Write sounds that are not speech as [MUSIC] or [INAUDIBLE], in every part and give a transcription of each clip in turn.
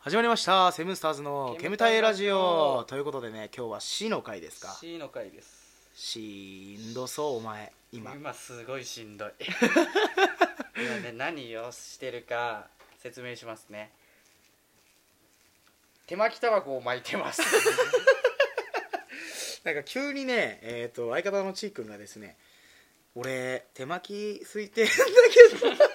始まりましたセブンスターズの煙煙たたいいララジジオオということでね今日は C の回ですか C の回ですしんどそうお前今今すごいし [LAUGHS] んどい今ね何をしてるか説明しますね手巻きタバコを巻いてます [LAUGHS] なんか急にねえっ、と相方のちーくんがですね俺手巻きすいてんだけど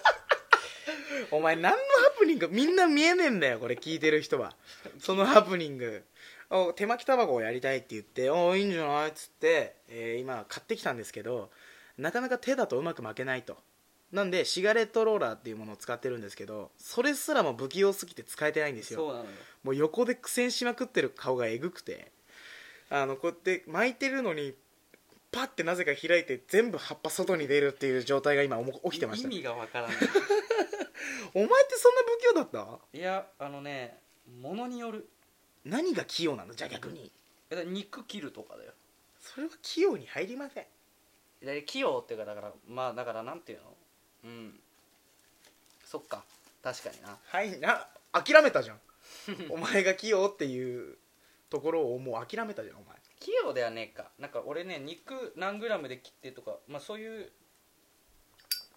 [LAUGHS] お前何のハプニングみんな見えねえんだよこれ聞いてる人はそのハプニングお手巻きタバコをやりたいって言って「おいいんじゃない?」っつって、えー今買ってきたんですけどなかなか手だとうまく巻けないとなんでシガレットローラーっていうものを使ってるんですけどそれすらも不器用すぎて使えてないんですよそうなのよもう横で苦戦しまくってる顔がえぐくてあのこうやって巻いてるのにパッてなぜか開いて全部葉っぱ外に出るっていう状態が今おも起きてました意味がわ [LAUGHS] からないお前ってそんな不器用だったいやあのねものによる何が器用なのじゃあ逆にだから肉切るとかだよそれは器用に入りませんで器用っていうかだからまあだからなんていうのうんそっか確かになはいな諦めた [LAUGHS] じゃんお前が器用っていうところをもう諦めたじゃんお前器用ではねえかなんか俺ね肉何グラムで切ってとか、まあ、そういう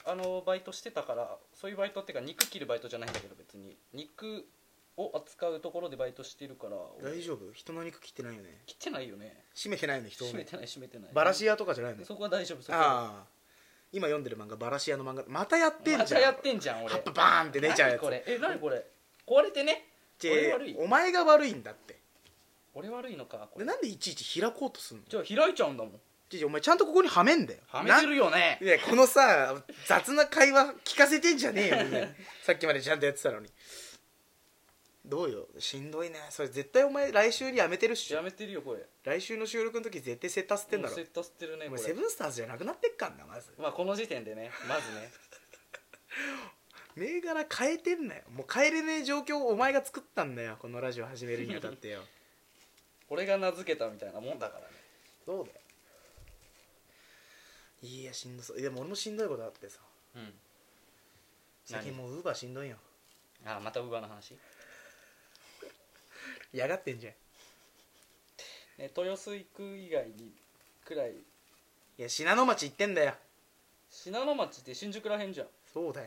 あのバイトしてたからそういうバイトっていうか肉切るバイトじゃないんだけど別に肉を扱うところでバイトしてるから大夫丈夫人の肉切ってないよね切ってないよね締めてないよね人を閉めねてない閉めてないバラシ屋とかじゃないのそこは大丈夫そこはああ今読んでる漫画バラシ屋の漫画またやってんじゃんまたやってんじゃん俺葉っぱバーンって出ちゃうや何つこれえ何これ壊れてねちぇ俺悪いお前が悪いんだって俺悪いのかこでれなんでいちいち開こうとすんのじゃあ開いちゃうんだもんちぇちぇお前ちゃんとここにはめんだよはめてるよねなんいやこのさ雑な会話聞かせてんじゃねえよみんな [LAUGHS] さっきまでちゃんとやってたのにどうよしんどいねそれ絶対お前来週にやめてるっしやょめてるよこれ来週の収録の時絶対セッター吸ってんだろセット捨てるねおこ前セれブンスターズじゃなくなってっかんなまずまあこの時点でねまずね銘柄変えてんなよもう変えれねえ状況をお前が作ったんだよこのラジオ始めるにあたってよ俺が名付けたみたいなもんだからねそうだよいやしんどそうでも俺もしんどいことあってさうん最近もうウーバーしんどいよあまたウーバーの話、嫌がってんじゃんね、豊洲行く以外にくらいいや信濃町行ってんだよ信濃町って新宿らへんじゃんそうだよ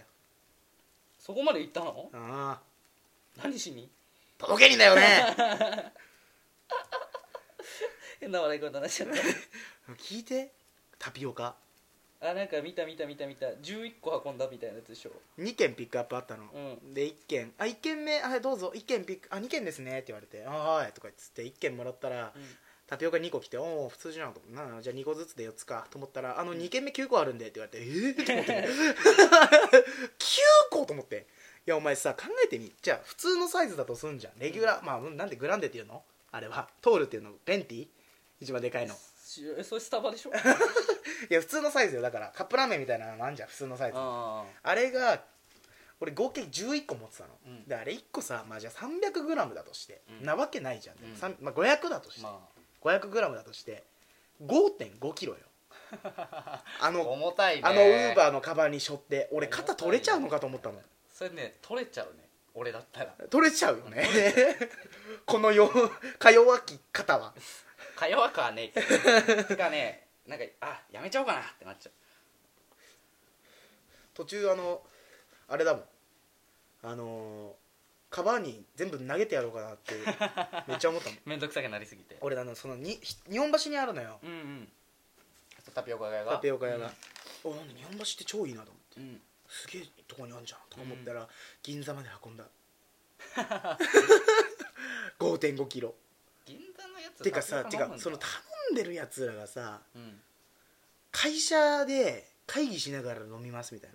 そこまで行ったのああ何しに届けにだよ [LAUGHS] ね変な笑い方になっちゃっ聞いてタピオカ [LAUGHS] たあなんか見た見た見た見た11個運んだみたいなやつでしょ2件ピックアップあったの、うんで1件「あ1件目はいどうぞ1件ピックあ2件ですね」って言われて「あーはい」とか言って1件もらったら、うんタピオカ2個来て「おお普通じゃん」と思ってなあじゃあ2個ずつで4つか」と思ったら「あの2件目9個あるんで」って言われて「ええー?」と思って「9個?」と思っていやお前さ考えてみじゃあ普通のサイズだとすんじゃんレギュラー、まあうんなんでグランデっていうのあれはトールっていうのペンティ一番でかいのしえそれスタ [LAUGHS] バでしょいや普通のサイズよだからカップラーメンみたいなのあんじゃん普通のサイズああれが俺合計11個持ってたの、うんであれ1個さ、まあ、じゃあ 300g だとして、うんなわけないじゃん、うんさんまあ、500だとして、あま 500g だとして5 5キロよ [LAUGHS] ああの重たいねあのウーバーのカバンに背負って俺重たいね肩取れちゃうのかと思ったのそれね取れちゃうね俺だったら取れちゃうよねこのよか弱き肩はか弱くはねえけ [LAUGHS] どてかねなんかあやめちゃおうかなってなっちゃう途中あのあれだもんあのーカバンに全部投げてやろうかなってめっちゃ思 [LAUGHS] ったもんめんどくさくなりすぎて俺あのそのにひ日本橋にあるのようんうんタピオカ屋がタピオカ屋が、おなんで日本橋って超いいなと思ってうん、うんすげえとこにあるじゃんとか思ったら、銀座まで運ん [LAUGHS] だ5 5キロ銀座のやつてかさタてピオカ飲かむんだその頼んでるやつらがさうん会社で会議しながら飲みますみたい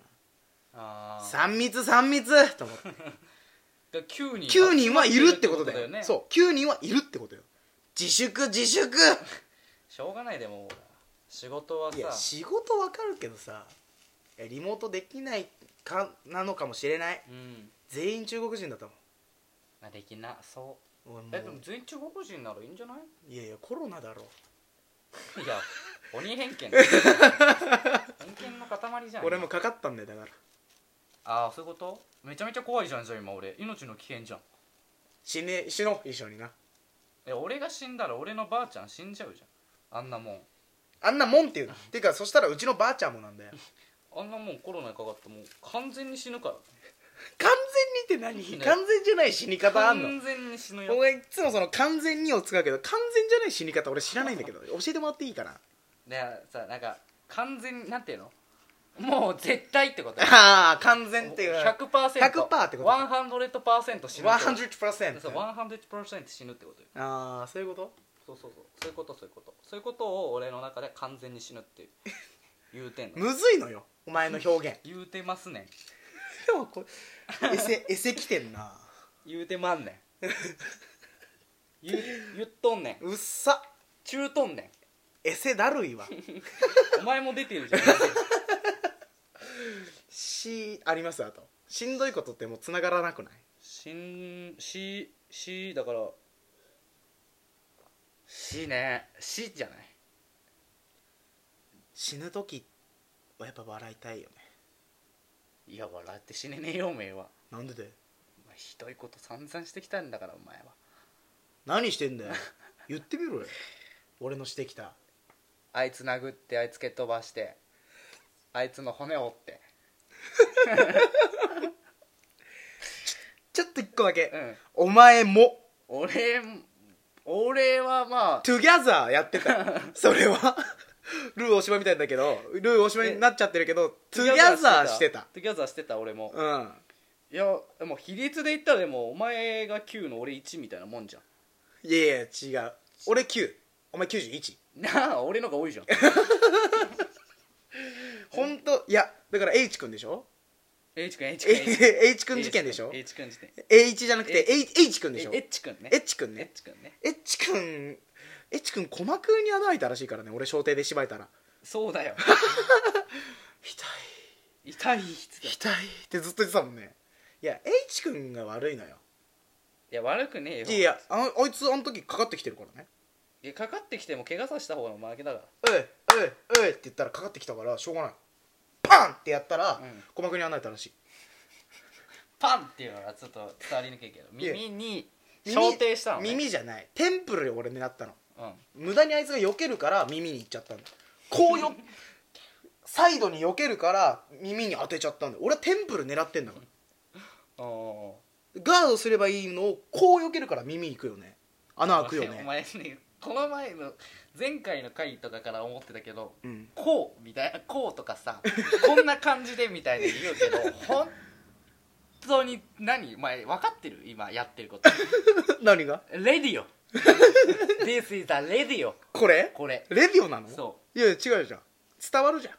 なああ3密3密と思 [LAUGHS] って9人9人はいるってことだよねうそう9人はいるってことよ自粛自粛 [LAUGHS] しょうがないでも仕事はいやさ仕事わかるけどさいやリモートできないかなのかもしれないうん全員中国人だったもんまあできなそ俺もううえでも全員中国人ならいいんじゃないいやいやコロナだろいや [LAUGHS] 鬼偏見偏見の塊じゃん俺もかかったんだよだからああそういうことめちゃめちゃ怖いじゃんじゃあ今俺命の危険じゃん死ね死のう一緒にないや俺が死んだら俺のばあちゃん死んじゃうじゃんあんなもんあんなもんっていうっていうかそしたらうちのばあちゃんもなんだよあんなもんコロナにかかってもう完全に死ぬから完全にって何、ね完全じゃない死に方あんの完全に死ぬよ俺いつもその完全にを使うけど完全じゃない死に方俺知らないんだけど教えてもらっていいかなねさなんか完全になんていうのもう絶対ってことああ完全っていうか 100%, 100%ってこと100%死ぬってこと100%そう100%死ぬってことよああそういうことそうそうそうそういうことそういうことそういうことを俺の中で完全に死ぬって言うてんのむずいのよお前の表現言うてますねん [LAUGHS] でもこれエセエ [LAUGHS] セきてんな言うてまんねん言う言っとんねんうっさ中とんねエセだるいわんお前も出てるじゃんしありますあとしんどいことってもうつながらなくないしんししだからしねしじゃない死ぬ時はやっぱ笑いたいよねいや笑って死ねねえよおめえはなんでだよお前ひどいこと散々してきたんだからお前は何してんだよ言ってみろよ俺のしてきたあいつ殴ってあいつ蹴っ飛ばしてあいつの骨折ってちょっと一個だけ、うんお前も俺俺はまあトゥギャザーやってたよ [LAUGHS] それはルー大島みたいだけどルー大島になっちゃってるけどトゥギャザーしてたトゥギャザーしてた俺もうんいやでも比率で言ったらでもお前が9の俺1みたいなもんじゃんいやいや違う俺9お前91なあ俺のが多い [LAUGHS] じゃん本当いやだから H 君でしょ H 君 H 君 H 君事件でしょ H 君事件 H じゃなくて H 君でしょ H 君ね H 君ね H 君ね H 君 H 君鼓膜に穴開いたらしいからね俺小艇で芝居たらそうだよ痛痛いっつってい痛いってずっと言ってたもんねいや H 君が悪いのよいや悪くねえよいやいやああいつあの時かかってきてるからねいやかかってきても怪我させた方が負けだか「えいえいえい」って言ったらかかってきたからしょうがないパンってやったら、うん鼓膜に穴開いたらしいらパンっていうのがちょっと伝わりにくいけどいや耳に耳焦点したのね耳じゃないテンプル俺になったのうん無駄にあいつが避けるから耳に行っちゃったんだこ [LAUGHS] うよサイドに避けるから耳に当てちゃったんだよ俺はテンプル狙ってんだからおーガードすればいいのをこう避けるから耳行くよね穴開くよおね前ねこの前の前回の回とかから思ってたけど、うんこうみたいなこうとかさこんな感じでみたいな言うけど本当に何お前分かってる今やってること何がレディオ This is a レディオこれこれレディオなのそういや違うじゃん伝わるじゃん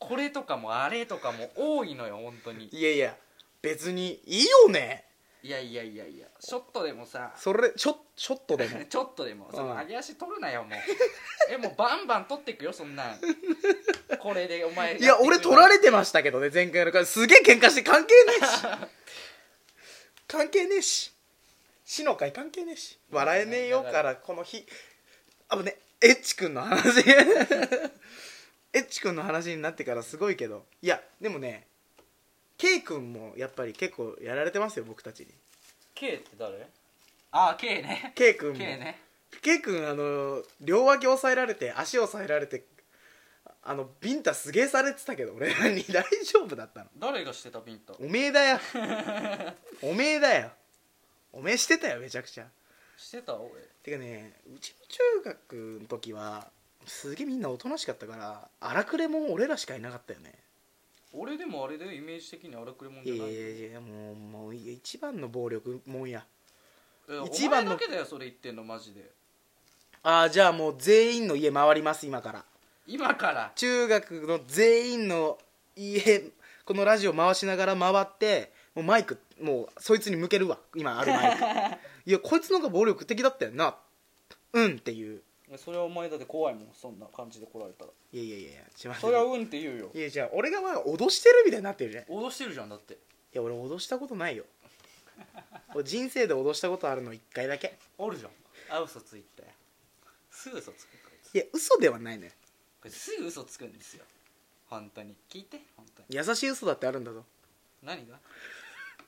これとかもあれとかも多いのよ本当にいやいや別にいいよねいやいやいやいやショットでもさそれショショットでも [LAUGHS] ちょっとでもそうのん上げ足取るなよもうえもうバンバン取ってくよそんなんこれでお前 [LAUGHS] いや俺取られれてましたけどね前回の回すげえ喧嘩して関係ねえし [LAUGHS] 関係ねえし死の会関係ねえし笑えねえよからこの日あぶねエッチ君の話 [LAUGHS] エッチ君の話になってからすごいけどいやでもね K 君もやっぱり結構やられてますよ僕たちに K って誰ああ K ね K 君 K もね K 君あの両脇押さえられて足押さえられてあのビンタすげえされてたけど俺らに大丈夫だったの誰がしてたピンとおめえだよおめえだよおめえしてたよめちゃくちゃしてた俺てかねうちの中学の時はすげえみんなおとなしかったから荒くれもん俺らしかいなかったよね俺でもあれだよイメージ的に荒くれもんいじやゃいなやいいやいやもうもういや一番の暴力もんやえ一お番前のだけだよそれ言ってんのマジでああじゃあもう全員の家回ります今から今から中学の全員の家このラジオ回しながら回ってもうマイクもうそいつに向けるわ今あるマイ [LAUGHS] クいやこいつの方が暴力的だったよなうんっていうそれはお前だって怖いもんそんな感じで来られたらいやいやいやちまそれはうんって言うよいやじゃあ俺がまあ脅してるみたいになってるじゃんい脅してるじゃんだってや俺脅したことないよ俺人生で脅したことあるの1回だけあるじゃんあ嘘ついたよすぐ嘘つくこいついや嘘ではないのよこれすぐ嘘つくんですよ本当に聞いて本当に優しい嘘だってあるんだぞ何が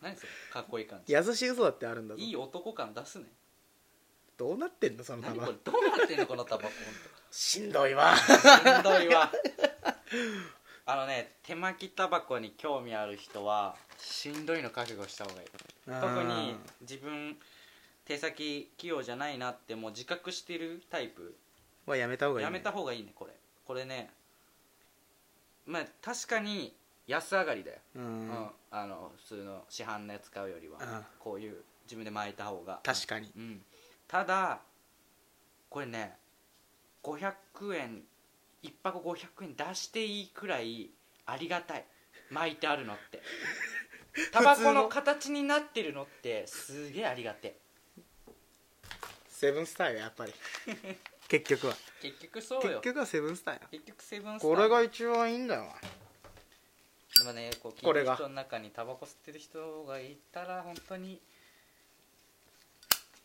何それかっこいい感じ優しい嘘だってあるんだぞいい男感出すねどうなってんのその何玉これどうなってんのこのタバコしんどいわほんとしんどいわあのね手巻きタバコに興味ある人はしんどいの覚悟した方がいい特に自分手先器用じゃないなってもう自覚してるタイプはやめた方がいい、やめた方がいいねこれこれねまあ確かに安上がりだよ、うん、うんあの普通の市販のやつ買うよりは、うんこういう自分で巻いた方が確かにうん、ただこれね500円1箱500円出していいくらいありがたい巻いてあるのって [LAUGHS] タバコの形になってるのってすげえありがてセブンスターよやっ [LAUGHS] ぱり結局はえ結局そう結よ局はセブンスターよ結局セブンスターこれが一番いいんだよでもねこう聞こいれてがる人の中にタバコ吸ってる人がいたら本当に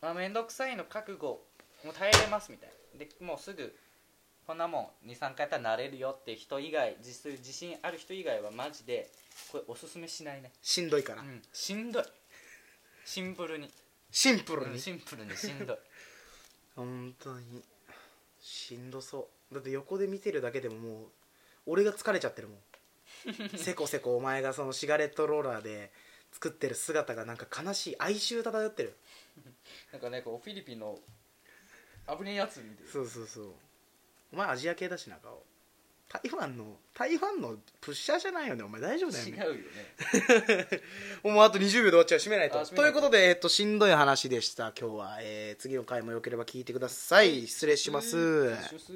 まあ面倒くさいの覚悟もう耐えれますみたいなでもうすぐこんなもん23回やったらなれるよって人以外自炊自信ある人以外はマジでこれおすすめしないね、しんどいから、うん、しんどいシンプルにシンプルに、うんシンプルにしんどい [LAUGHS] 本当にしんどそうだって横で見てるだけでももう俺が疲れちゃって [LAUGHS] るもんせこせこお前がそのシガレットローラーで作ってる姿がなんか悲しい哀愁漂ってるなんかねこうフィリピンの危ねえやつみたいなそうそうそうお前アジア系だしな顔台湾の台湾のプッシャーじゃないよねお前大丈夫だよ違ねうよねもうあと20秒で終わっちゃう閉めないとあ閉めとないいうとことで、えっと、しんどい話でした今日は、えー次の回もよければ聞いてください失礼します、一緒っす